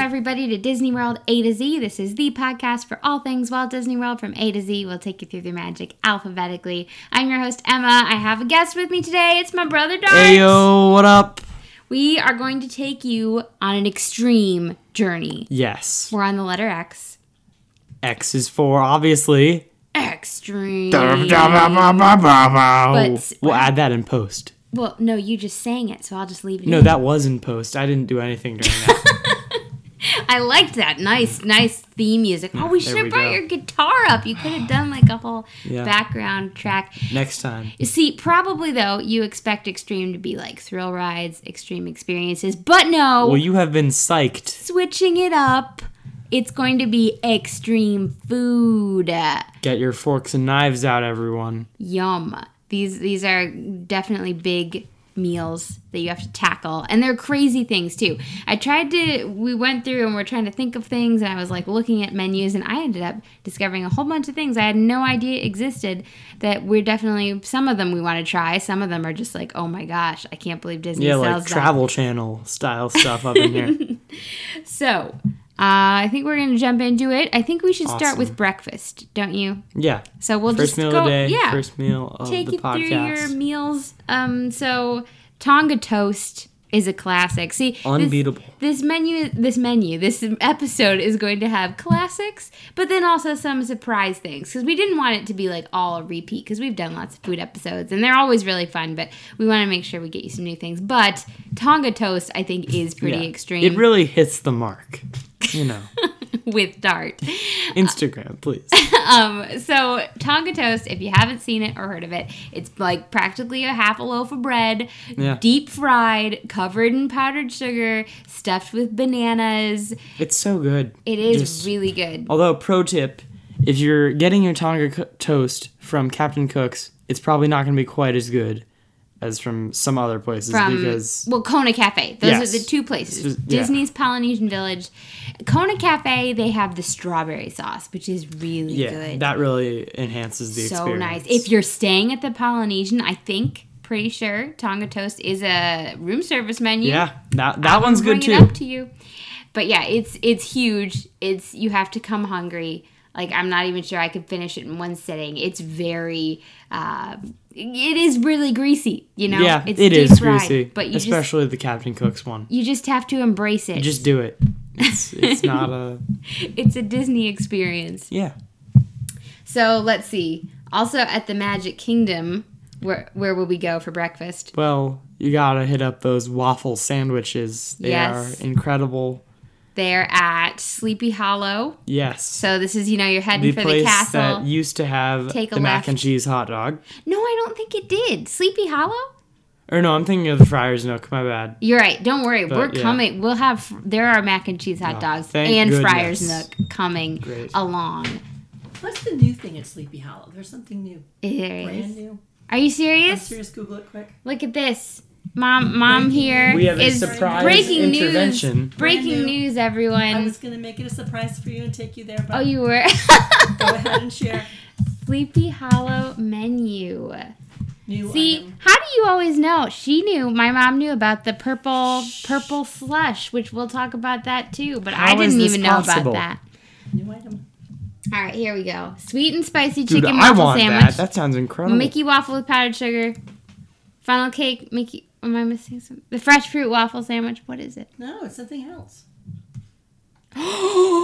everybody, to Disney World A to Z. This is the podcast for all things Walt Disney World from A to Z. We'll take you through the magic alphabetically. I'm your host, Emma. I have a guest with me today. It's my brother, Dart. Ayo, what up? We are going to take you on an extreme journey. Yes. We're on the letter X. X is for obviously. Extreme. But we'll add that in post. well, no, you just sang it, so I'll just leave it. No, in. that was in post. I didn't do anything during that. I liked that. Nice, nice theme music. Oh, we should have we brought go. your guitar up. You could have done like a whole Yeah. background track. Next time. You See, probably though, you expect extreme to be like thrill rides, extreme experiences, but no, Well, you have been psyched. switching it up. It's going to be extreme food. Get your forks and knives out, everyone. Yum. These these are definitely big meals that you have to tackle and they're crazy things too. I tried to we went through and we're trying to think of things and I was like looking at menus and I ended up discovering a whole bunch of things I had no idea existed that we're definitely some of them we want to try, some of them are just like, "Oh my gosh, I can't believe Disney Yeah, sells like that." Travel Channel style stuff up in here. So, uh, I think we're going to jump into it. I think we should start with Awesome. breakfast, don't you? Yeah. So we'll First just meal go. of the day, yeah, first meal of take the you through your podcast. meals. Um, so Tonga toast is a classic. See, this- Unbeatable. This, menu, this menu, this episode is going to have classics, but then also some surprise things because we didn't want it to be like all a repeat because we've done lots of food episodes and they're always really fun. But we want to make sure we get you some new things. But Tonga toast, I think, is pretty Yeah. extreme. It really hits the mark. You know, with dart. Instagram, please. Um, so Tonga toast, if you haven't seen it or heard of it, it's like practically a half a loaf of bread, Yeah. deep fried, covered in powdered sugar, stuffed with bananas. It's so good. It is Just- really good. Although, pro tip, if you're getting your Tonga co- toast from Captain Cook's, it's probably not going to be quite as good as from some other places From because well, Kona Cafe. Those Yes. are the two places. This is- yeah. Disney's Polynesian Village, Kona Cafe. They have the strawberry sauce, which is really yeah, good. that really enhances the so experience. nice. If you're staying at the Polynesian, I think pretty sure Tonga toast is a room service menu. yeah, that that one's bring good too. It up to you. But yeah, it's it's huge. It's you have to come hungry. Like I'm not even sure I could finish it in one sitting. It's very, uh, it is really greasy. You know, yeah, it's it deep is fried, greasy, But you just especially the Captain Cook's one. you just have to embrace it. Just do it. It's, it's not a it's a Disney experience. yeah. So let's see. Also at the Magic Kingdom, where where will we go for breakfast? Well, you gotta hit up those waffle sandwiches. They Yes. are incredible. They're at Sleepy Hollow. Yes. So this is you know you're heading the for place the castle. that used to have Take a the mac left. and cheese hot dog. no, I don't think it did. Sleepy Hollow. Or no, I'm thinking of the Friars Nook. My bad. You're right. Don't worry. We're yeah. coming. We'll have. There are mac and cheese hot Oh, dogs thank and goodness. Friars Nook coming Great. along. What's the new thing at Sleepy Hollow? There's something new, There it brand is. new. Are you I'm serious? serious. Google it quick. Look at this. Mom, mom here is We have a surprise breaking intervention. news. Breaking Brand new. news, I everyone. was gonna make it a surprise for you and take you there, but Oh, you were go ahead and share. Sleepy Hollow menu. New See, item. how do you always know? She knew. My mom knew about the purple purple slush, which we'll talk about that too. But I How is didn't this even know about possible? that. new item. All right, here we go. Sweet and spicy Dude, chicken I waffle want sandwich. that. That sounds incredible. Mickey waffle with powdered sugar. Funnel cake. Mickey. Am I missing something? The fresh fruit waffle sandwich. What is it? No, it's something else.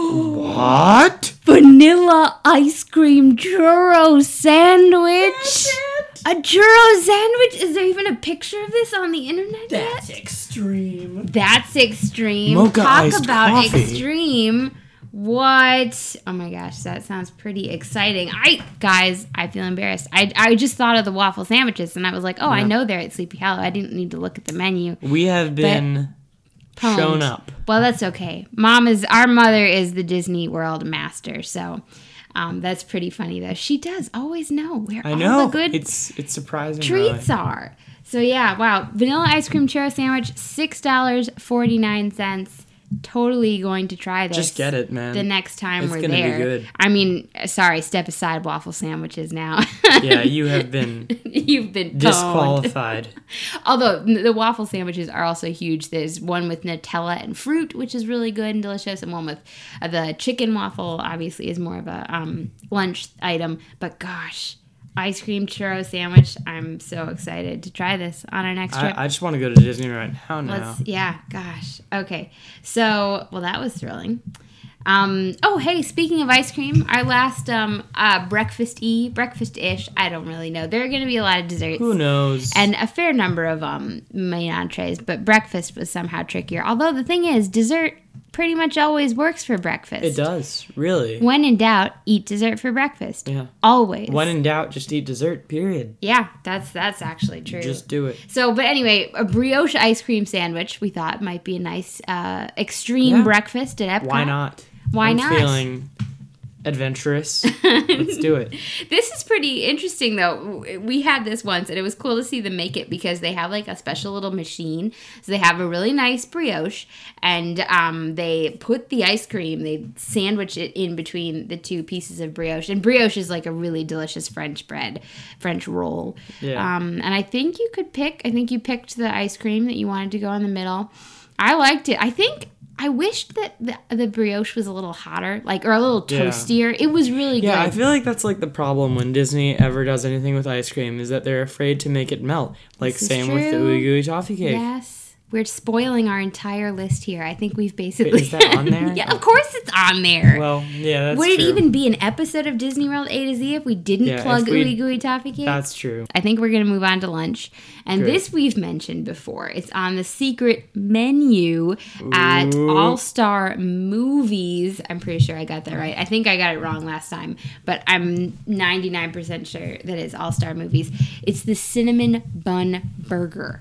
what? Vanilla ice cream churro sandwich. it. A churro sandwich. Is there even a picture of this on the internet That's yet? extreme. That's extreme. Mocha Talk iced about coffee. extreme. What? Oh my gosh, that sounds pretty exciting. I guys, I feel embarrassed. I, I just thought of the waffle sandwiches and I was like, oh, I know they're at Sleepy Hollow. I didn't need to look at the menu. We have been Pwned. shown up. Well, that's okay. Mom is our mother is the Disney World master, so um, that's pretty funny though. She does always know where I all know. the Oh, good it's it's surprising. treats really. are. So yeah, wow. Vanilla ice cream churro sandwich, six dollars forty nine cents. totally going to try this. Just get it, man. the next time It's we're gonna be there. good. I mean, sorry, step aside waffle sandwiches now. yeah, you have been You've been pwned. disqualified. Although n- the waffle sandwiches are also huge. There's one with Nutella and fruit, which is really good and delicious, and one with uh, the chicken waffle. Obviously, is more of a um, lunch item. But gosh, ice cream churro sandwich. I'm so excited to try this on our next trip. I, I just want to go to Disney right now. Now, Let's, yeah, gosh. Okay. So, well, that was thrilling. Um, oh, hey, speaking of ice cream, our last um, uh, breakfast y, breakfast ish, I don't really know. There are going to be a lot of desserts. who knows? And a fair number of um, main entrees, but breakfast was somehow trickier. Although the thing is, dessert pretty much always works for breakfast. it does really. When in doubt, eat dessert for breakfast. yeah. Always. When in doubt, just eat dessert. Period. yeah, that's that's actually true. Just do it. So, but anyway, a brioche ice cream sandwich we thought might be a nice uh, extreme Yeah. breakfast at Epcot. Why not? Why I'm not? Feeling adventurous. Let's do it. This is pretty interesting though. W- We had this once and it was cool to see them make it because they have like a special little machine. So they have a really nice brioche and um, they put the ice cream, they sandwich it in between the two pieces of brioche. And brioche is like a really delicious French bread, French roll. Yeah. Um, and I think you could pick, I think you picked the ice cream that you wanted to go in the middle. I liked it. I think. I wished that the, the brioche was a little hotter, like or a little Yeah. toastier. It was really Yeah, I good. feel like that's like the problem when Disney ever does anything with ice cream is that they're afraid to make it melt. Like is same with the true. ooey gooey toffee cake. Yes. We're spoiling our entire list here. I think we've basically. Wait, is that on there? yeah, of course it's on there. Well, yeah, that's Would it true. even be an episode of Disney World A to Z if we didn't Yeah, plug if we- Ooey Gooey Toffee Cake? That's true. I think we're going to move on to lunch. And Good. this we've mentioned before. It's on the secret menu at Ooh. All Star Movies. I'm pretty sure I got that right. I think I got it wrong last time, but I'm 99% sure that it's All Star Movies. It's the cinnamon bun burger.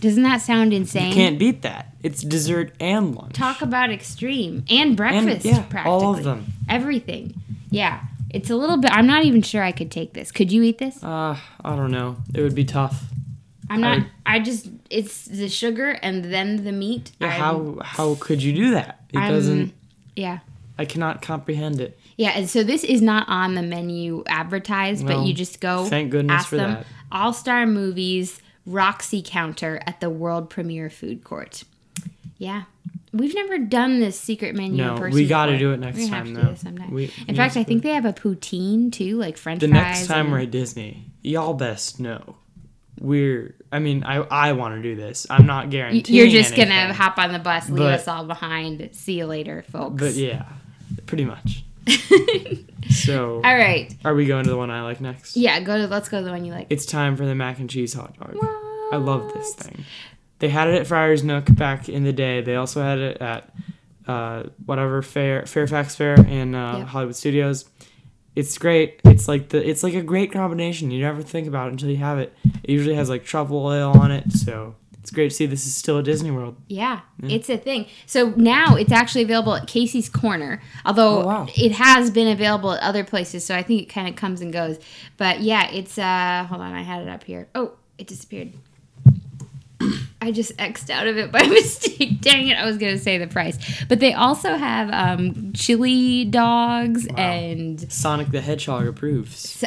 Doesn't that sound insane? You can't beat that. It's dessert and lunch. Talk about extreme and breakfast, yeah, all of practically. them. Everything. Yeah. It's a little bit. I'm not even sure I could take this. Could you eat this? Uh, I don't know. It would be tough. I'm not. would- I just. It's the sugar and then the meat. Yeah, I'm- how how could you do that? It I'm- doesn't. Yeah. I cannot comprehend it. Yeah, and so this is not on the menu advertised, but Well, you just go. thank goodness for that. All Star Movies Roxy counter at the World Premiere Food Court. Yeah, we've never done this secret menu. No, in we person gotta before. do it next We're gonna time, have to though. do this sometime. We- we in fact, need I to think they have a poutine too, like French The fries. next time and- we're at Disney, y'all best know. We're. I mean, I I want to do this. I'm not guaranteeing. you're just gonna anything, hop on the bus, leave But- us all behind. See you later, folks. But yeah, pretty much. so, all right. are we going to the one I like next? Yeah, go to. Let's go to the one you like. It's time for the mac and cheese hot dog. What? I love this thing. They had it at Friar's Nook back in the day. They also had it at uh, whatever fair, Fairfax Fair in uh, Yep. Hollywood Studios. It's great. It's like the it's like a great combination. You never think about it until you have it. It usually has like truffle oil on it, so it's great to see this is still at Disney World. Yeah, it's a thing. So now it's actually available at Casey's Corner, although Oh, wow. it has been available at other places. So I think it kind of comes and goes. But yeah, it's uh hold on, I had it up here. Oh, it disappeared. I just xed out of it by mistake. Dang it, I was gonna say the price. But they also have um chili dogs and Sonic the Hedgehog approves.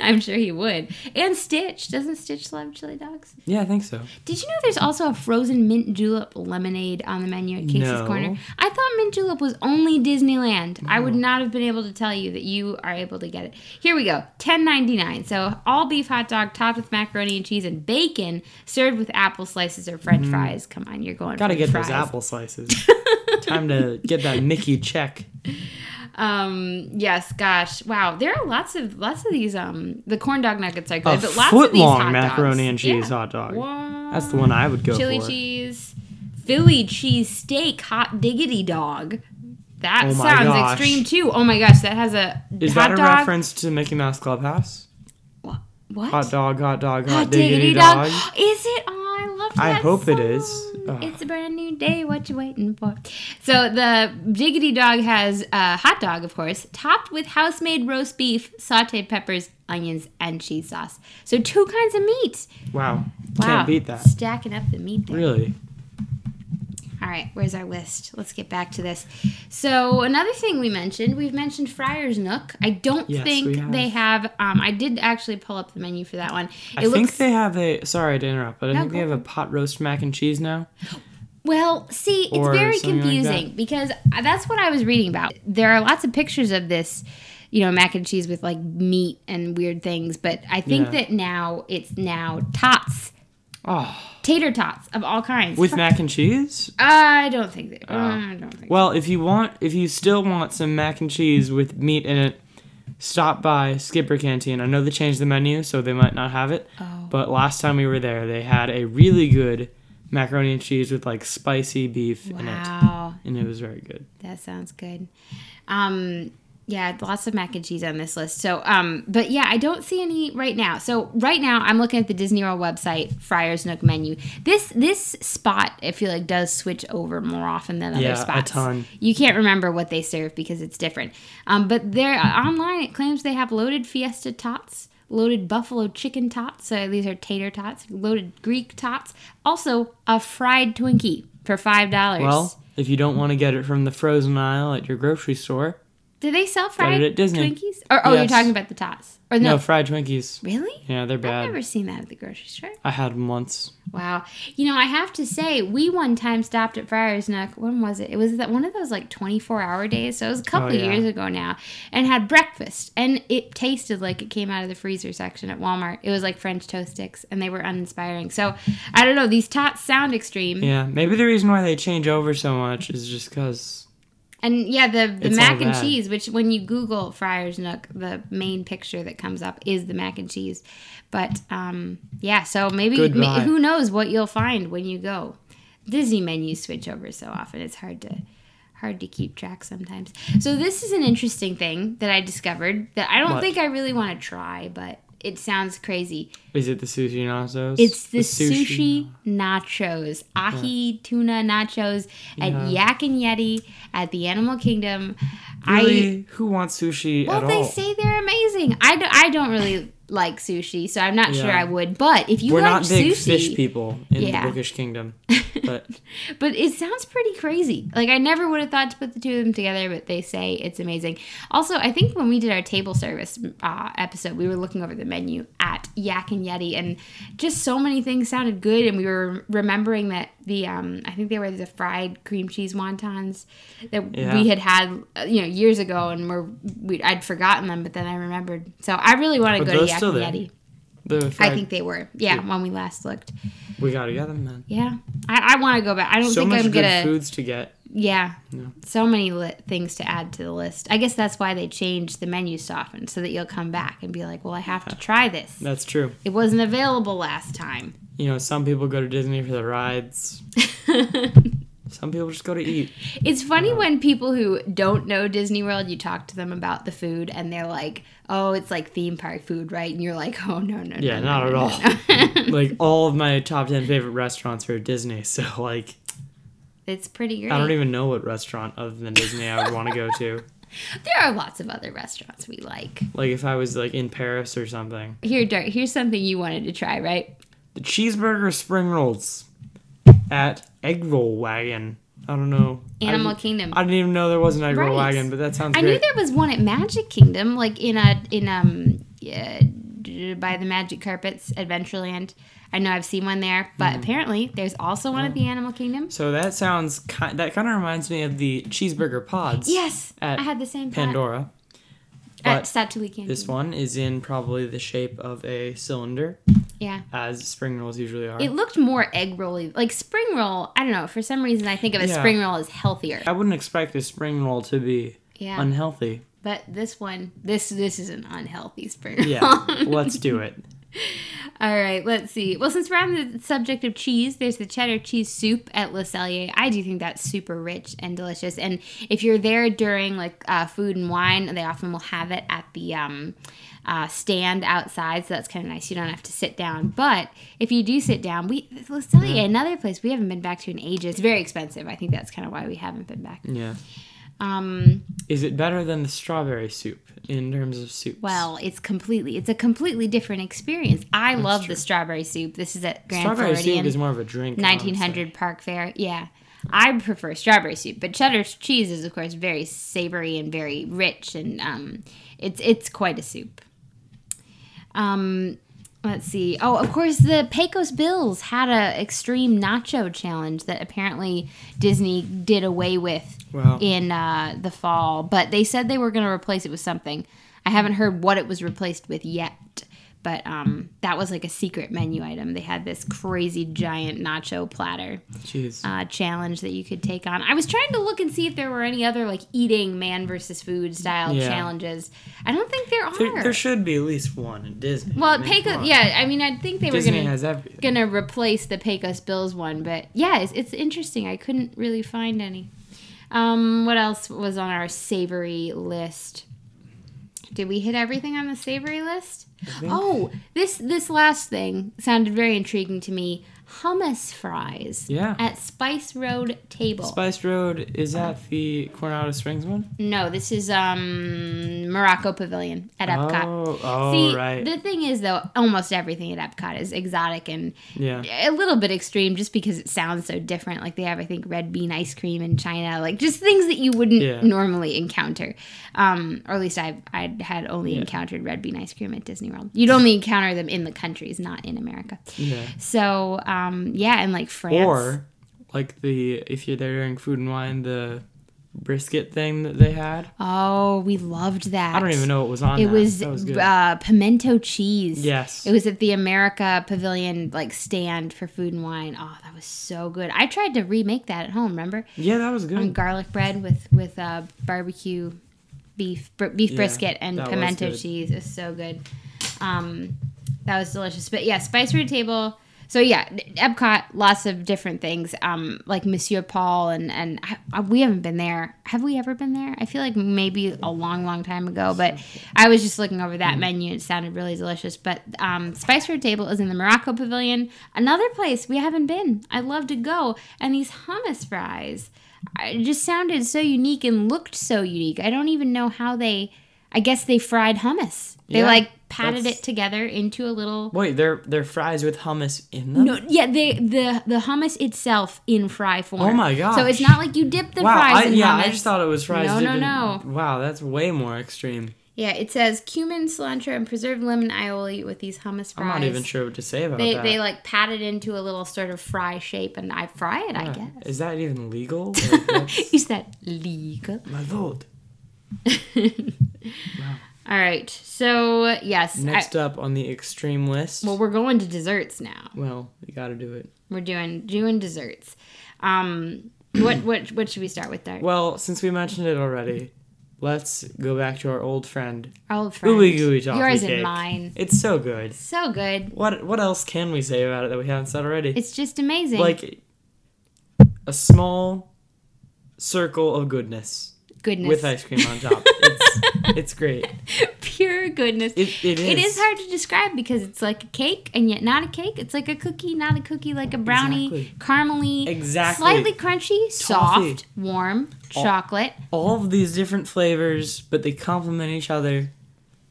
I'm sure he would. And Stitch. Doesn't Stitch love chili dogs? Yeah, I think so. Did you know there's also a frozen mint julep lemonade on the menu at Casey's No. Corner? I thought mint julep was only Disneyland. I would not have been able to tell you that you are able to get it. Here we go. Ten ninety nine. So all beef hot dog topped with macaroni and cheese and bacon, served with apple slices or French fries. Come on, you're going. Mm. Gotta French get fries. those apple slices. Time to get that Mickey check. Um. Yes. Gosh. Wow. There are lots of lots of these. Um. The corn dog nuggets are A good, but lots of foot these hot dogs. long macaroni and cheese Yeah. hot dog. What? That's the one I would go chili for. cheese, Philly cheese steak, hot diggity dog. That Oh my sounds gosh. extreme too. Oh my gosh, that has a Is hot that a dog. reference to Mickey Mouse Clubhouse? Wha- What? Hot dog, hot dog, hot, Hot diggity, dog. Is it? Oh, I love that. I hope it is. song. Ugh. It's a brand new day. What you waiting for? So the diggity dog has a hot dog, of course, topped with house-made roast beef, sautéed peppers, onions, and cheese sauce. So two kinds of meat. Wow. Wow. Can't beat that. Stacking up the meat. There. Really. All right, where's our list? Let's get back to this. So another thing we mentioned, we've mentioned Friar's Nook. I don't Yes, think we have. they have. Um, I did actually pull up the menu for that one. It I think they have a. Sorry to interrupt, but I No, think they go have a pot roast mac and cheese now. Well, see, it's Or very something like that. confusing because I- that's what I was reading about. There are lots of pictures of this, you know, mac and cheese with like meat and weird things, but I think Yeah. that now it's now tots, Oh, tater tots of all kinds. with Oh. mac and cheese. I don't think they. I don't think. Well, if you want, if you still want some mac and cheese with meat in it, stop by Skipper Canteen. I know they changed the menu, so they might not have it. Oh. But last time we were there, they had a really good macaroni and cheese with like spicy beef in it, wow, and it was very good. that sounds good. Um, yeah, lots of mac and cheese on this list. So, um, but yeah, I don't see any right now. So right now, I'm looking at the Disney World website Friars Nook menu. This this spot, I feel like, does switch over more often than other Yeah, a spots. ton. You can't remember what they serve because it's different. Um, but they're online. It claims they have loaded Fiesta tots, loaded buffalo chicken tots. So these are tater tots, loaded Greek tots. Also, a fried Twinkie for five dollars. Well, if you don't want to get it from the frozen aisle at your grocery store, Do they sell fried at Disney. Twinkies? Or, oh, you're Yes. talking about the tots? Or no, no? fried Twinkies. Really? Yeah, they're I've bad. never seen that at the grocery store. I had them once. Wow. You know, I have to say, we one time stopped at Friar's Nook. When was it? It was that one of those like 24 hour days. So it was a couple Oh, yeah. years ago now and had breakfast. And it tasted like it came out of the freezer section at Walmart. It was like French toast sticks and they were uninspiring. So I don't know. These tots sound extreme. Yeah, maybe the reason why they change over so much is just because. And yeah, the, the It's mac all and bad. cheese, which when you Google Friar's Nook, the main picture that comes up is the mac and cheese. But um, yeah, so maybe Good ma- vibe. who knows what you'll find when you go. Disney menus switch over so often; it's hard to hard to keep track sometimes. So this is an interesting thing that I discovered that I don't What? think I really want to try, but it sounds crazy. Is it the sushi nachos? It's the, sushi, nachos, ahi tuna nachos at Yak and Yeti at the Animal Kingdom. I Really, who wants sushi well, at they all? say they're amazing. I, do, I don't really like sushi, so I'm not sure Yeah. I would. But if you We're like not big sushi, fish people in Yeah. the bookish kingdom, but but it sounds pretty crazy. Like I never would have thought to put the two of them together, but they say it's amazing. Also, I think when we did our table service uh, episode, we were looking over the menu at Yak and Yeti, and just so many things sounded good, and we were remembering that the um, I think they were the fried cream cheese wontons that Yeah. we had had uh, you know years ago, and were we, I'd forgotten them, but then I remembered. So I really want to Are go to those Yak still and there? Yeti. the I fried- think they were, yeah, when we last looked. we gotta get them, man. Yeah, I, I want to go back. I don't So think much I'm good gonna. foods to get. Yeah. Yeah. So many li- things to add to the list. I guess that's why they changed the menu so often, so that you'll come back and be like, well, I have to try this. That's true. It wasn't available last time. You know, some people go to Disney for the rides. Some people just go to eat. It's funny when people who don't know Disney World, you talk to them about the food, and they're like, oh, it's like theme park food, right? And you're like, oh, no, no, no. Yeah, no, not no, at no, no." all. like all of my top ten favorite restaurants are at Disney, so like it's pretty great. I don't even know what restaurant other than Disney I would want to go to. There are lots of other restaurants we like. Like if I was like in Paris or something. Here, Dart, here's something you wanted to try, right? the cheeseburger spring rolls at Egg Roll Wagon. I don't know. Animal I didn't, Kingdom. I didn't even know there was an Egg Roll Right. Wagon, but that sounds I knew great. there was one at Magic Kingdom, like in a in um yeah, d- by the Magic Carpets Adventureland. I know I've seen one there, but Mm. apparently there's also one at the Animal Kingdom. So that sounds ki- that kind of reminds me of the cheeseburger pods. Yes, At I had the same thought. Pandora. at But Statue Canyon. this one is in probably the shape of a cylinder, yeah. as spring rolls usually are. It looked more egg rolly, like spring roll. I don't know. For some reason, I think of a Yeah. spring roll as healthier. I wouldn't expect a spring roll to be Yeah, unhealthy. but this one, this this is an unhealthy spring roll. Yeah, let's do it. All right, let's see. Well, since we're on the subject of cheese, there's the cheddar cheese soup at Le Cellier. I do think that's super rich and delicious. And if you're there during like uh, food and wine, they often will have it at the um, uh, stand outside, so that's kind of nice. You don't have to sit down. But if you do sit down, we Le Cellier, another place we haven't been back to in ages. It's very expensive. I think that's kind of why we haven't been back. Yeah. Um, Is it better than the strawberry soup in terms of soups? well, it's completely it's a completely different experience. I love the strawberry soup. This is at Grand strawberry Floridian. soup is more of a drink. honestly. 1900 Park Fair. Yeah. I prefer strawberry soup, but cheddar cheese is of course very savory and very rich, and um, it's it's quite a soup. Um, let's see. Oh, of course, the Pecos Bills had a extreme nacho challenge that apparently Disney did away with Wow. in uh, the fall, but they said they were going to replace it with something. I haven't heard what it was replaced with yet, but um, that was like a secret menu item. They had this crazy giant nacho platter Jeez. uh, challenge that you could take on. I was trying to look and see if there were any other like eating man versus food style Yeah. challenges. I don't think there are. There, there should be at least one in Disney. I well, mean, come Pecos. on. Yeah, I mean, I think they Disney were gonna has everything. gonna replace the Pecos Bills one, but yeah, it's, it's interesting. I couldn't really find any. Um, what else was on our savory list? Did we hit everything on the savory list? think- Oh, this this last thing sounded very intriguing to me. Hummus fries Yeah. at Spice Road Table. Spice Road is that the Coronado Springs one? No, this is um Morocco Pavilion at Epcot. Oh, oh See, right. the thing is though, almost everything at Epcot is exotic and yeah. a little bit extreme just because it sounds so different. Like they have, I think, red bean ice cream in China, like just things that you wouldn't Yeah. normally encounter. Um, or at least I've I had only Yeah. encountered red bean ice cream at Disney World. You'd only encounter them in the countries, not in America. Yeah. So um, yeah, and like France. Or like the if you're there during food and wine, the brisket thing that they had. oh, we loved that. I don't even know what was on It that. was, that was good. uh, pimento cheese. yes. It was at the America Pavilion like stand for food and wine. Oh, that was so good. I tried to remake that at home. Remember yeah, that was on good. garlic bread with with uh, barbecue beef br- beef Yeah, brisket and that was pimento good. cheese. It's so good. Um, that was delicious. But yeah, Spice Road Table. So yeah, Epcot, lots of different things, um, like Monsieur Paul, and and I, I, we haven't been there. Have we ever been there? I feel like maybe a long, long time ago. But I was just looking over that menu; and it sounded really delicious. But um, Spice Road Table is in the Morocco Pavilion, another place we haven't been. I'd love to go. And these hummus fries, I- it just sounded so unique and looked so unique. I don't even know how they. I guess they fried hummus. They Yeah, like patted that's- it together into a little Wait, they're they're fries with hummus in them. no, yeah, they the the hummus itself in fry form. Oh my gosh. So it's not like you dip the wow, I, fries in yeah, hummus. I just thought it was fries. No, no, dipped in- no. Wow, that's way more extreme. yeah, it says cumin, cilantro, and preserved lemon aioli with these hummus fries. I'm not even sure what to say about They that. they like pat it into a little sort of fry shape, and I fry it. I Yeah. guess. Is that even legal? Like, that's- Is that legal? my lord. All right. So yes. I- Next up on the extreme list. well, we're going to desserts now. well, you got to do it. We're doing doing desserts. Um, what what what should we start with there? Well, since we mentioned it already, let's go back to our old friend. Our old friend. Ooey gooey toffee Yours cake. and mine. It's so good. So good. What what else can we say about it that we haven't said already? It's just amazing. like a small circle of goodness goodness. with ice cream on top. it's it's great. pure goodness. It, it is. It is hard to describe because it's like a cake and yet not a cake. It's like a cookie, not a cookie, like a brownie, Exactly. caramely, Exactly. slightly crunchy, Toffee. Oh. soft, warm, chocolate, All of these different flavors, but they complement each other.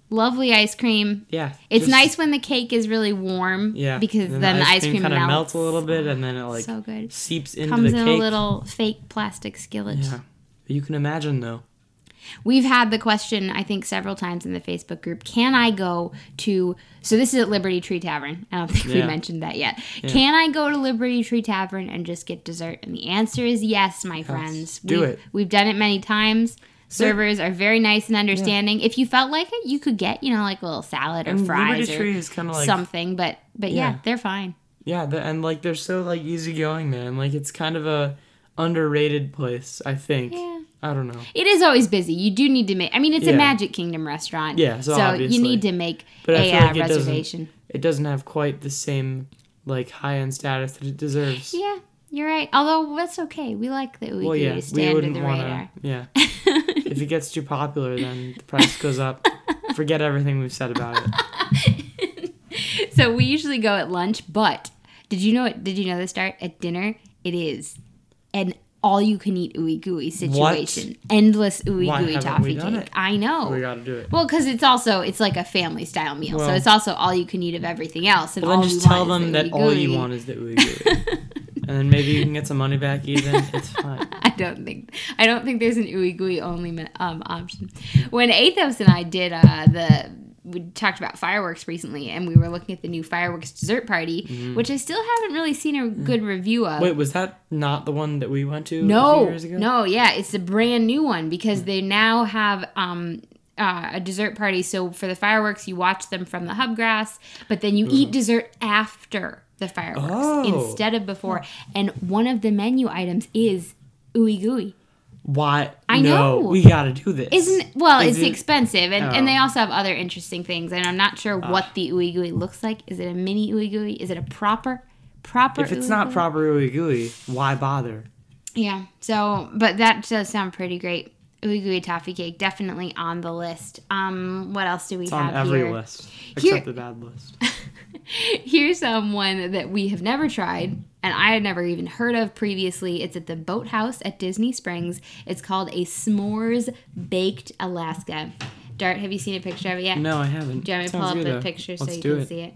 lovely ice cream. Yeah. It's just- nice when the cake is really warm. Yeah. Because and then, the ice cream, kinda melts. a little bit, and then it like so good. seeps into Comes the in cake. a little fake plastic skillet. Yeah. You can imagine though. We've had the question, I think, several times in the Facebook group can I go to. So, this is at Liberty Tree Tavern. I don't think we Yeah. mentioned that yet. Can I go to Liberty Tree Tavern and just get dessert? And the answer is yes, my friends. Do we've, it. We've done it many times. Servers are very nice and understanding. If you felt like it, you could get, you know, like a little salad or And fries Liberty Tree or is kind of like something. But, but yeah, Yeah. they're fine. yeah, the, and like they're so like easygoing, man. Like it's kind of a underrated place, I think. Yeah. I don't know, It is always busy. You do need to make. I mean, it's a Yeah. Magic Kingdom restaurant. Yeah, so obviously. you need to make but I a feel like uh, it doesn't. reservation. It doesn't have quite the same like high end status that it deserves. Yeah, you're right. Although that's okay. We like that we well, can yeah, we stand under wouldn't the want to. radar. Yeah, if it gets too popular, then the price goes up. Forget everything we've said about it. So we usually go at lunch, but did you know it? Did you know this? Start at dinner. It is an all-you-can-eat ooey gooey situation. Endless ooey Why gooey haven't toffee we done cake. it? I know. We got to do it. well, because it's also it's like a family style meal, so Well- it's also all you can eat of everything else. And Well, then all just we tell want is them the that all you ooey-gooey. want is the ooey gooey. and then maybe you can get some money back even. It's fine. I don't think I don't think there's an ooey gooey only mi- um, option. When Athos and I did uh, the we talked about fireworks recently, and we were looking at the new fireworks dessert party, which I still haven't really seen a good review of. Mm-hmm. Mm. Wait, was that not the one that we went to a few no, years ago? Mm. no, yeah, it's a brand new one because they now have. Um, uh, a dessert party. So for the fireworks, you watch them from the hubgrass, but then you eat dessert after the fireworks Mm-hmm. Oh. instead of before. And one of the menu items is ooey gooey. Why? I no, know. We gotta do this. Isn't well, Is it's it- expensive, and, Oh. Ah. and they also have other interesting things. And I'm not sure what the ooey gooey looks like. Is it a mini ooey gooey? Is it a proper proper? if it's ooey not gooey? proper ooey gooey, why bother? yeah. So, but that does sound pretty great. Ooey gooey toffee cake definitely on the list. Um, what else do we It's have on every here? list except Here- the bad list. Here's um, one that we have never tried. And I had never even heard of previously. It's at the Boathouse at Disney Springs. It's called a S'mores Baked Alaska. Dart, have you seen a picture of it yet? No, I haven't. Do you want me to pull Sounds up good, the though. picture so Let's you do can it. see it?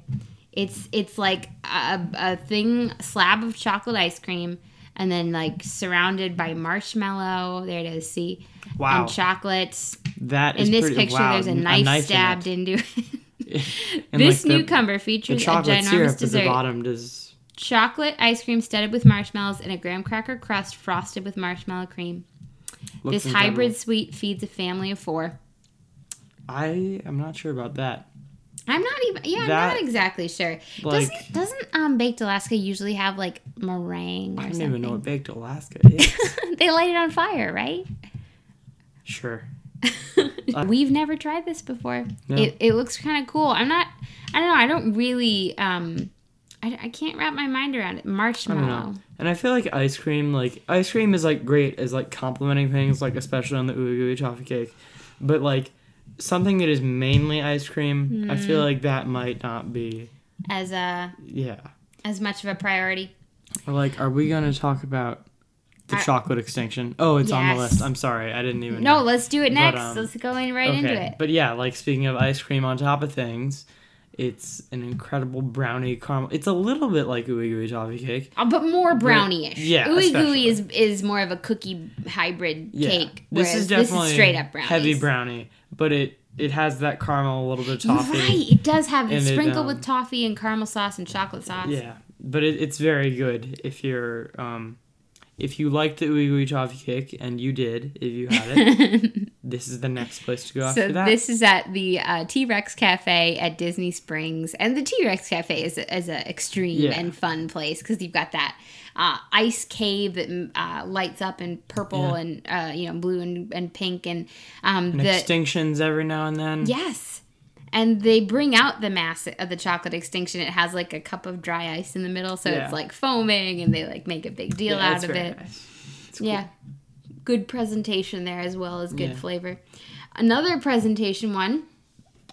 It's it's like a, a thing slab of chocolate ice cream and then like surrounded by marshmallow. There it is. See, Wow. and chocolates. That is In this pretty, picture, wow, there's a n- knife, in stabbed it. into it. And, this like, the- newcomer The features a chocolate syrup ginormous at the dessert bottom does. chocolate ice cream studded with marshmallows and a graham cracker crust frosted with marshmallow cream. look this incredible. hybrid sweet feeds a family of four. I am not sure about that. I'm not even. Yeah, I'm That- not exactly sure. like- doesn't doesn't um, baked Alaska usually have like meringue or I don't something? even know what baked Alaska is. they light it on fire, right? sure. We've never tried this before. No. It, it looks kind of cool. I'm not. I don't know. I don't really. Um, I, I can't wrap my mind around it. I Marshmallow. don't know. And I feel like ice cream, like ice cream, is like great as like complementing things, like especially on the ooey gooey toffee cake. But like something that is mainly ice cream, I Mm. feel like that might not be. as a Yeah. as much of a priority. Or, like, are we gonna talk about the I- chocolate extinction? Oh, it's on the Yes. list. I'm sorry, I didn't even. No, let's do it next. um, let's go in right into it. But yeah, like speaking of ice cream on top of things, it's an incredible brownie caramel. It's a little bit like ooey gooey toffee cake. Uh, but more brownie-ish. yeah, ooey especially. gooey is is more of a cookie hybrid Yeah. cake. This whereas is definitely straight up brownie. heavy brownie, but it it has that caramel, a little bit of You're toffee. right. It does have And it's it, sprinkled um, with toffee and caramel sauce and chocolate sauce. Yeah, but it, it's very good if you're um, if you liked the ooey gooey toffee cake and you did if you had it. this is the next place to go So after that. this is at the uh, T Rex Cafe at Disney Springs, and the T Rex Cafe is a, is a extreme Yeah. and fun place because you've got that uh, ice cave that mm, uh, lights up in purple Yeah. and uh, you know blue and, and pink, and um, And the extinctions every now and then. Yes. And they bring out the mass of the chocolate extinction. It has like a cup of dry ice in the middle, so Yeah, it's like foaming, and they like make a big deal Yeah, out it's of very it. nice. It's Yeah. Good presentation there as well as good Yeah. flavor. Another presentation one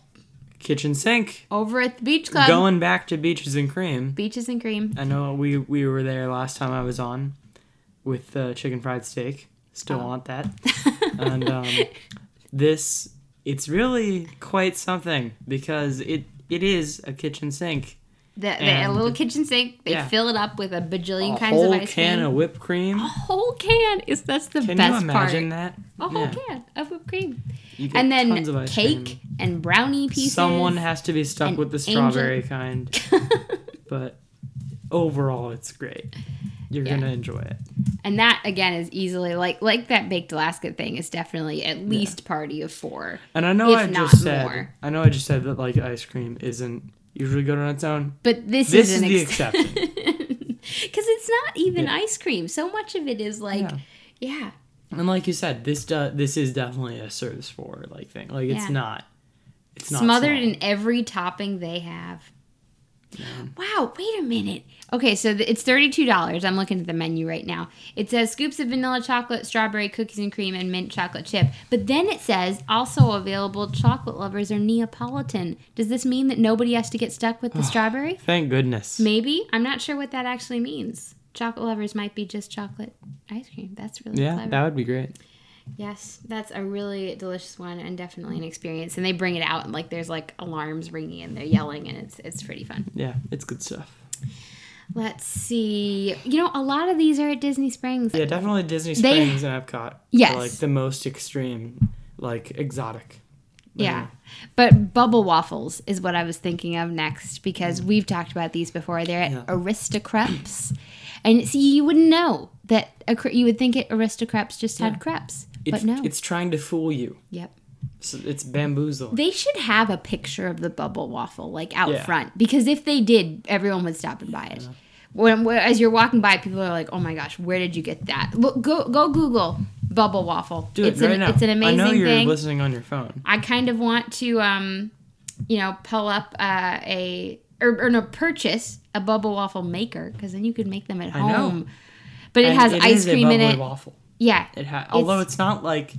cool. Kitchen sink. over at the beach club. Going back to beaches and cream. Beaches and cream. I know we we were there last time I was on, with the chicken fried steak. Still Oh. want that. and um, this it's really quite something because it it is a kitchen sink The, the, a And- little kitchen sink. They yeah. fill it up with a bajillion a kinds of whole ice can cream. of whipped cream a whole can is that's the can best you imagine part. that A whole Yeah. can of whipped cream, You get and tons of then ice cake cream. and brownie pieces. someone has to be stuck and with the angel- strawberry kind but overall it's great you're Yeah. gonna enjoy it And that again is easily like like that baked Alaska thing is definitely at least party of four. and i know If i not just said more. i know i just said that like ice cream isn't usually good on its own But this, This is an is the exception because it's not even ice cream. So much of it is like, Yeah. yeah, and like you said this do- this is definitely a service for like thing like it's Yeah. not it's not smothered small. in every topping they have. Wow, wait a minute. Okay, so th- it's $32. I'm looking at the menu right now. It says scoops of vanilla chocolate, strawberry cookies and cream, and mint chocolate chip. But then it says also available chocolate lovers are Neapolitan. Does this mean that nobody has to get stuck with the strawberry? Thank goodness. Maybe. I'm not sure what that actually means. Chocolate lovers might be just chocolate ice cream. That's really Yeah, clever. that would be great. yes, that's a really delicious one and definitely an experience. And they bring it out and like there's like alarms ringing and they're yelling and it's it's pretty fun. Yeah, it's good stuff. Let's see. You know, a lot of these are at Disney Springs. Yeah, definitely Disney They- Springs and Epcot. are, Yes. Like the most extreme, like exotic. Yeah. But bubble waffles is what I was thinking of next because we've talked about these before. They're at Mm. Yeah. Aristocreps. And see, you wouldn't know that a, cre- you would think it Aristocreps just had crepes, It's, but no. it's trying to fool you. yep. So it's bamboozled. They should have a picture of the bubble waffle like out Yeah. front because if they did, everyone would stop and buy it. When, when- as you're walking by, people are like, "Oh my gosh, where did you get that?" Look, go go Google bubble waffle. Do it it's right an, now. It's an amazing I know you're thing. listening on your phone. I kind of want to, um, you know, pull up uh, a or, or no purchase a bubble waffle maker because then you could make them at I know. home. But it And has ice is a cream in bubbly it. Waffle. Yeah, It ha- although it's not like,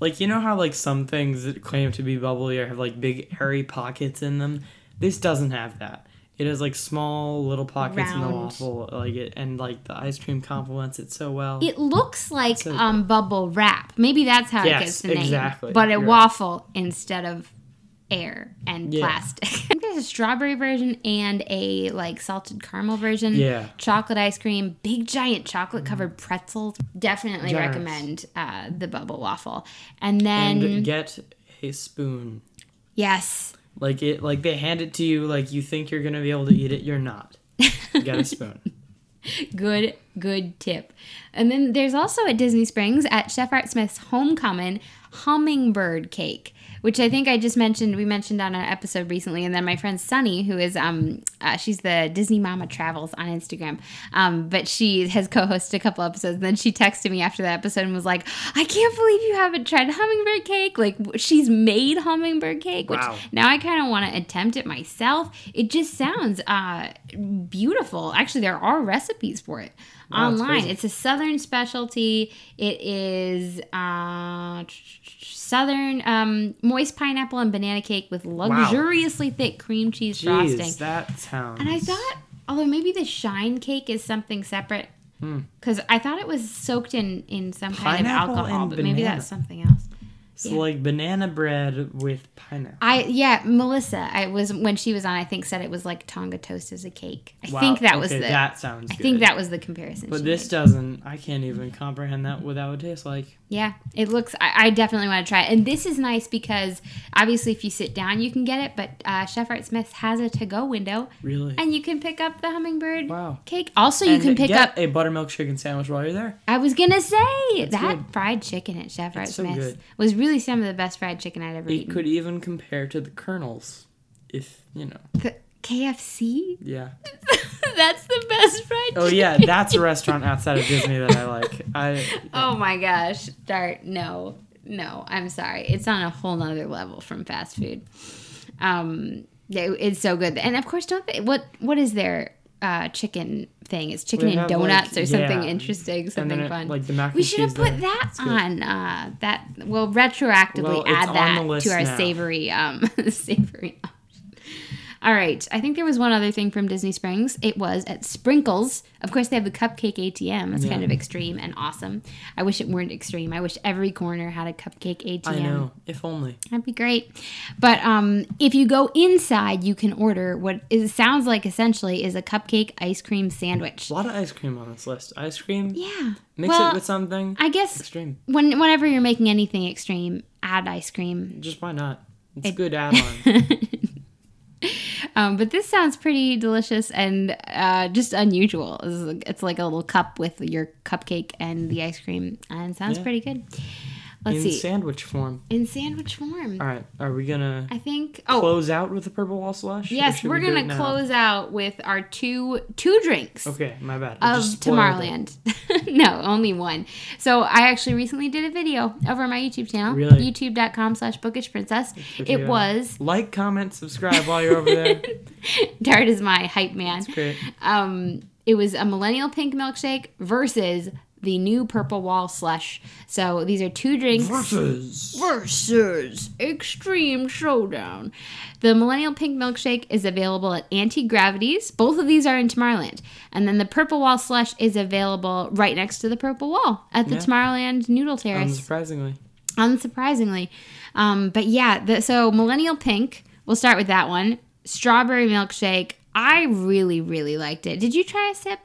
like you know how like some things that claim to be bubbly or have like big airy pockets in them. This doesn't have that. It has like small little pockets in Round. the waffle, like it, and like the ice cream complements it so well. it looks like So- um, bubble wrap. Maybe that's how Yes, it gets the name. exactly. But a You're right. waffle instead of air and Yeah. plastic. I think there's a strawberry version and a like salted caramel version. Yeah. Mm. Chocolate ice cream, big giant chocolate covered pretzels. Definitely Generous. recommend uh, the bubble waffle. And then and get a spoon. yes, Like it, like they hand it to you. Like you think you're gonna be able to eat it, you're not. You got a spoon. good good tip and then there's also at disney springs at chef art smith's home common hummingbird cake which i think i just mentioned we mentioned on an episode recently and then my friend sunny who is um uh, she's the disney mama travels on instagram um but she has co-hosted a couple episodes and then she texted me after that episode and was like i can't believe you haven't tried hummingbird cake like w- she's made hummingbird cake which Wow. now I kind of want to attempt it myself. It just sounds uh, beautiful. Actually, there are recipes for it Wow, that's online. crazy. It's a southern specialty. It is uh, southern um, moist pineapple and banana cake with luxuriously thick cream cheese frosting. Jeez, that sounds. And I thought, although maybe the shine cake is something separate, because I thought it was soaked in in some kind Hmm. Pineapple of alcohol, and but maybe banana. that's something else. so. Like banana bread with pineapple. I yeah, Melissa. I was when she was on. I think said it was like Tonga toast as a cake. I think that was the. okay, that sounds. I good. think that was the comparison. But she this made. doesn't. I can't even comprehend that what that would taste like. yeah, it looks. I, I definitely want to try it. And this is nice because obviously, if you sit down, you can get it. But uh, Chef Art Smith has a to-go window, Really. and you can pick up the hummingbird Wow. cake. Also, you And can pick get up. a buttermilk chicken sandwich while you're there. I was gonna say that good. fried chicken at Chef Art so Smith's good. was really some of the best fried chicken I'd ever It eaten. could even compare to the kernels, if you know. The KFC. Yeah. That's the best fried. Oh yeah, chicken. that's a restaurant outside of Disney that I like. I Oh my gosh, Dart, no, no, I'm sorry. It's on a whole nother level from fast food. Um, they- it's so good, and of course, don't they, what what is their uh, chicken thing? It's chicken They and have, like, donuts or something yeah, interesting, and something then it- fun. like the mac we and should have cheese put there. that It's good. on uh, that. We'll retroactively Well, it's add on that the list to our now. savory um, savory. option. All right, I think there was one other thing from Disney Springs. It was at Sprinkles. Of course, they have the Cupcake ATM. That's Yeah. kind of extreme and awesome. I wish it weren't extreme. I wish every corner had a Cupcake ATM. I know. If only. That'd be great. But um, if you go inside, you can order what is, sounds like essentially is a cupcake ice cream sandwich. A lot of ice cream on this list. Ice cream. Yeah. Mix well, it with something. I guess Extreme. when whenever you're making anything extreme, add ice cream. Just why not? It's a good add-on. Um, but this sounds pretty delicious and uh, just unusual. This is- It's like a little cup with your cupcake and the ice cream, and sounds Yeah. pretty good. Let's in see sandwich form. in sandwich form. All right. Are we gonna I think. Oh, close out with the purple wall slush? or yes, should we're we do it gonna now? close out with our two two drinks. Okay, my bad. I Of just spoiled it. Tomorrowland. no, only one. So I actually recently did a video over on my YouTube channel, Really? youtube.com slash bookish princess. Good It video. was, Like, comment, subscribe while you're over there. Dart is my hype man. Great. um, it was a millennial pink milkshake versus the new purple wall slush. So these are two drinks Versus. versus extreme showdown. The millennial pink milkshake is available at Anti Gravities. Both of these are in Tomorrowland, and then the purple wall slush is available right next to the purple wall at the Yeah. Tomorrowland Noodle Um, Terrace Unsurprisingly. unsurprisingly. Um, but yeah, the, so Millennial Pink, we'll start with that one. Strawberry Milkshake, I really, really liked it. Did you try a sip?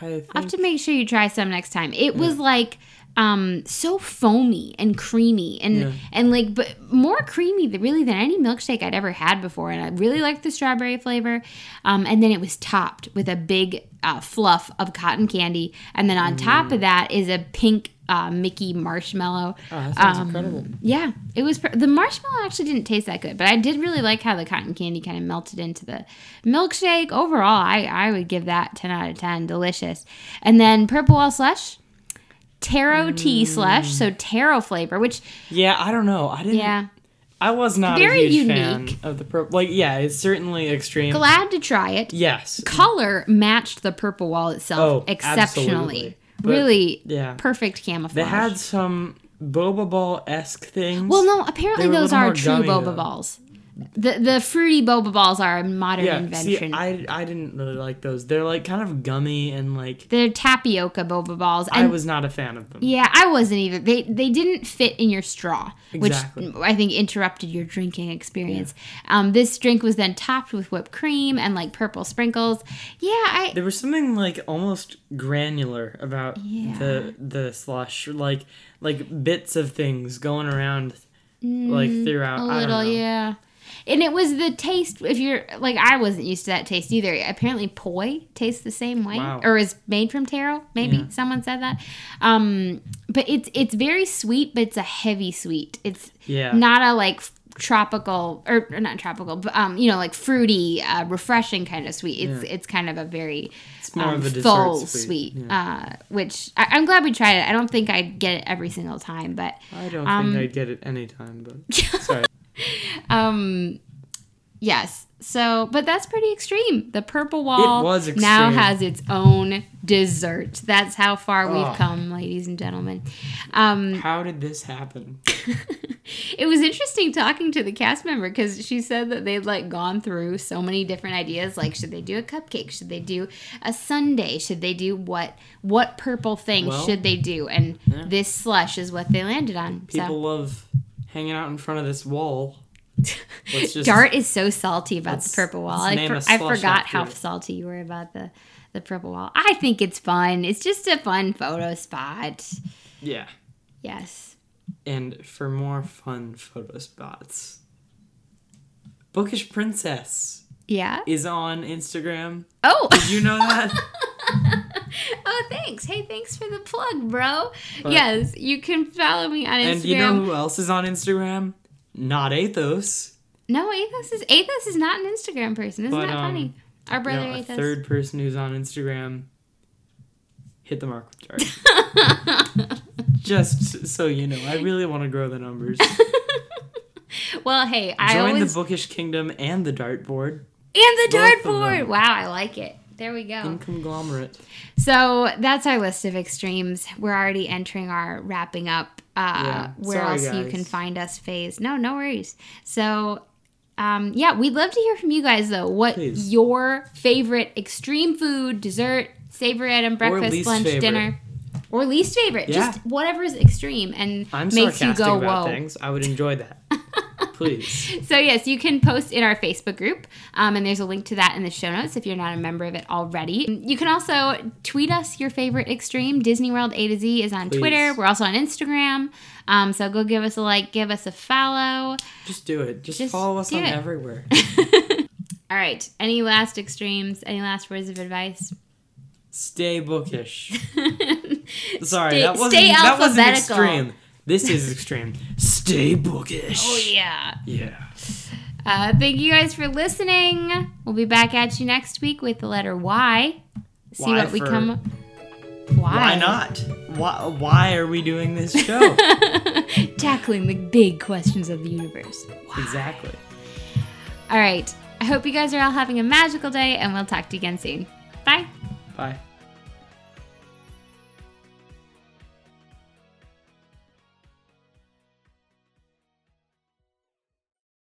I think I'll have to make sure you try some next time. It was like um so foamy and creamy and Yeah. and like but more creamy th- really than any milkshake I'd ever had before and I really liked the strawberry flavor um and then it was topped with a big uh, fluff of cotton candy and then Mm. on top of that is a pink uh, Mickey marshmallow Oh, that sounds Um, incredible. yeah, it was. Pr- the marshmallow actually didn't taste that good, but I did really like how the cotton candy kind of melted into the milkshake. Overall, I, I would give that 10 out of 10. Delicious. And then purple wall slush, taro Mm. tea slush, so taro flavor, which, Yeah, I don't know. I didn't. yeah, I was not Very a huge unique. fan of the purple. Like, yeah, it's certainly extreme. glad to try it. yes. Color matched the purple wall itself Oh, exceptionally. absolutely. But- really Yeah. perfect camouflage. They had some boba ball esque things. Well, no, apparently They were a those little are more true gummy, boba though. balls. The the fruity boba balls are a modern yeah. invention. See, I I didn't really like those. They're like kind of gummy and like They're tapioca boba balls. I And was not a fan of them. yeah, I wasn't either. They they didn't fit in your straw, Exactly. which I think interrupted your drinking experience. Um, this drink was then topped with whipped cream and like purple sprinkles. Yeah, I There was something like almost granular about Yeah. the the slush, like like bits of things going around, like throughout. Mm, a I don't little know. yeah. And it was the taste. If you're like, I wasn't used to that taste either. Apparently, poi tastes the same way, Wow. or is made from taro. Maybe Yeah. someone said that. Um, but it's it's very sweet, but it's a heavy sweet. It's Yeah. not a like f- tropical or, or not tropical but um you know like fruity uh, refreshing kind of sweet it's it's kind of a very It's more um, of a dessert full sweet, sweet, yeah. uh, which I, i'm glad we tried it i don't think i'd get it every single time but I don't Um, think I'd get it any time, but sorry. um yes so but that's pretty extreme the purple wall was now extreme. has its own dessert that's how far Ugh. we've come ladies and gentlemen um How did this happen? it was interesting talking to the cast member because she said that they'd like gone through so many different ideas like should they do a cupcake should they do a sundae should they do what what purple thing Well, should they do and this slush is what they landed on People love hanging out in front of this wall. Let's so just dart is so salty about the Let's- purple wall let's I, name for- a I slush forgot after how it. salty you were about the the purple wall i think it's fun it's just a fun photo spot Yeah. yes And for more fun photo spots, Bookish Princess yeah is on Instagram. oh Did you know that? Oh, thanks. Hey, thanks for the plug, bro. But- yes, you can follow me on Instagram. and you know who else is on Instagram? Not Athos, no, Athos is Athos is not an Instagram person. Isn't But, that um, funny? Our you know, brother a Athos. third person who's on Instagram. Hit the mark with Dart. Just so you know, I really want to grow the numbers. well, hey, I Join always the Bookish Kingdom and the Dartboard and the both of them. dartboard. Wow, I like it. There we go. and conglomerate. So that's our list of extremes. We're already entering our wrapping up. Uh, Yeah. Where Sorry, else you guys. can find us phase? No, no worries. So, um, yeah, we'd love to hear from you guys though. What Please. your favorite extreme food, dessert, savory item, breakfast, least lunch, favorite. dinner, or least favorite? Yeah. Just whatever is extreme and I'm makes you sarcastic go about whoa. things. I would enjoy that. Please. So yes, you can post in our Facebook group, um, and there's a link to that in the show notes if you're not a member of it already. You can also tweet us your favorite extreme. Disney World A to Z is on Please. Twitter. We're also on Instagram. Um, so go give us a like, give us a follow. Just do it. Just, Just follow us do on it. everywhere. All right. Any last extremes? Any last words of advice? Stay bookish. Sorry, Stay- that wasn't stay that wasn't alphabetical. extreme. This is extreme. Stay bookish. Oh yeah. Yeah. Uh, thank you guys for listening. We'll be back at you next week with the letter Y. See Why what we for- come. Why not? Why, why are we doing this show? Tackling the big questions of the universe. exactly. All right. I hope you guys are all having a magical day, and we'll talk to you again soon. Bye. Bye.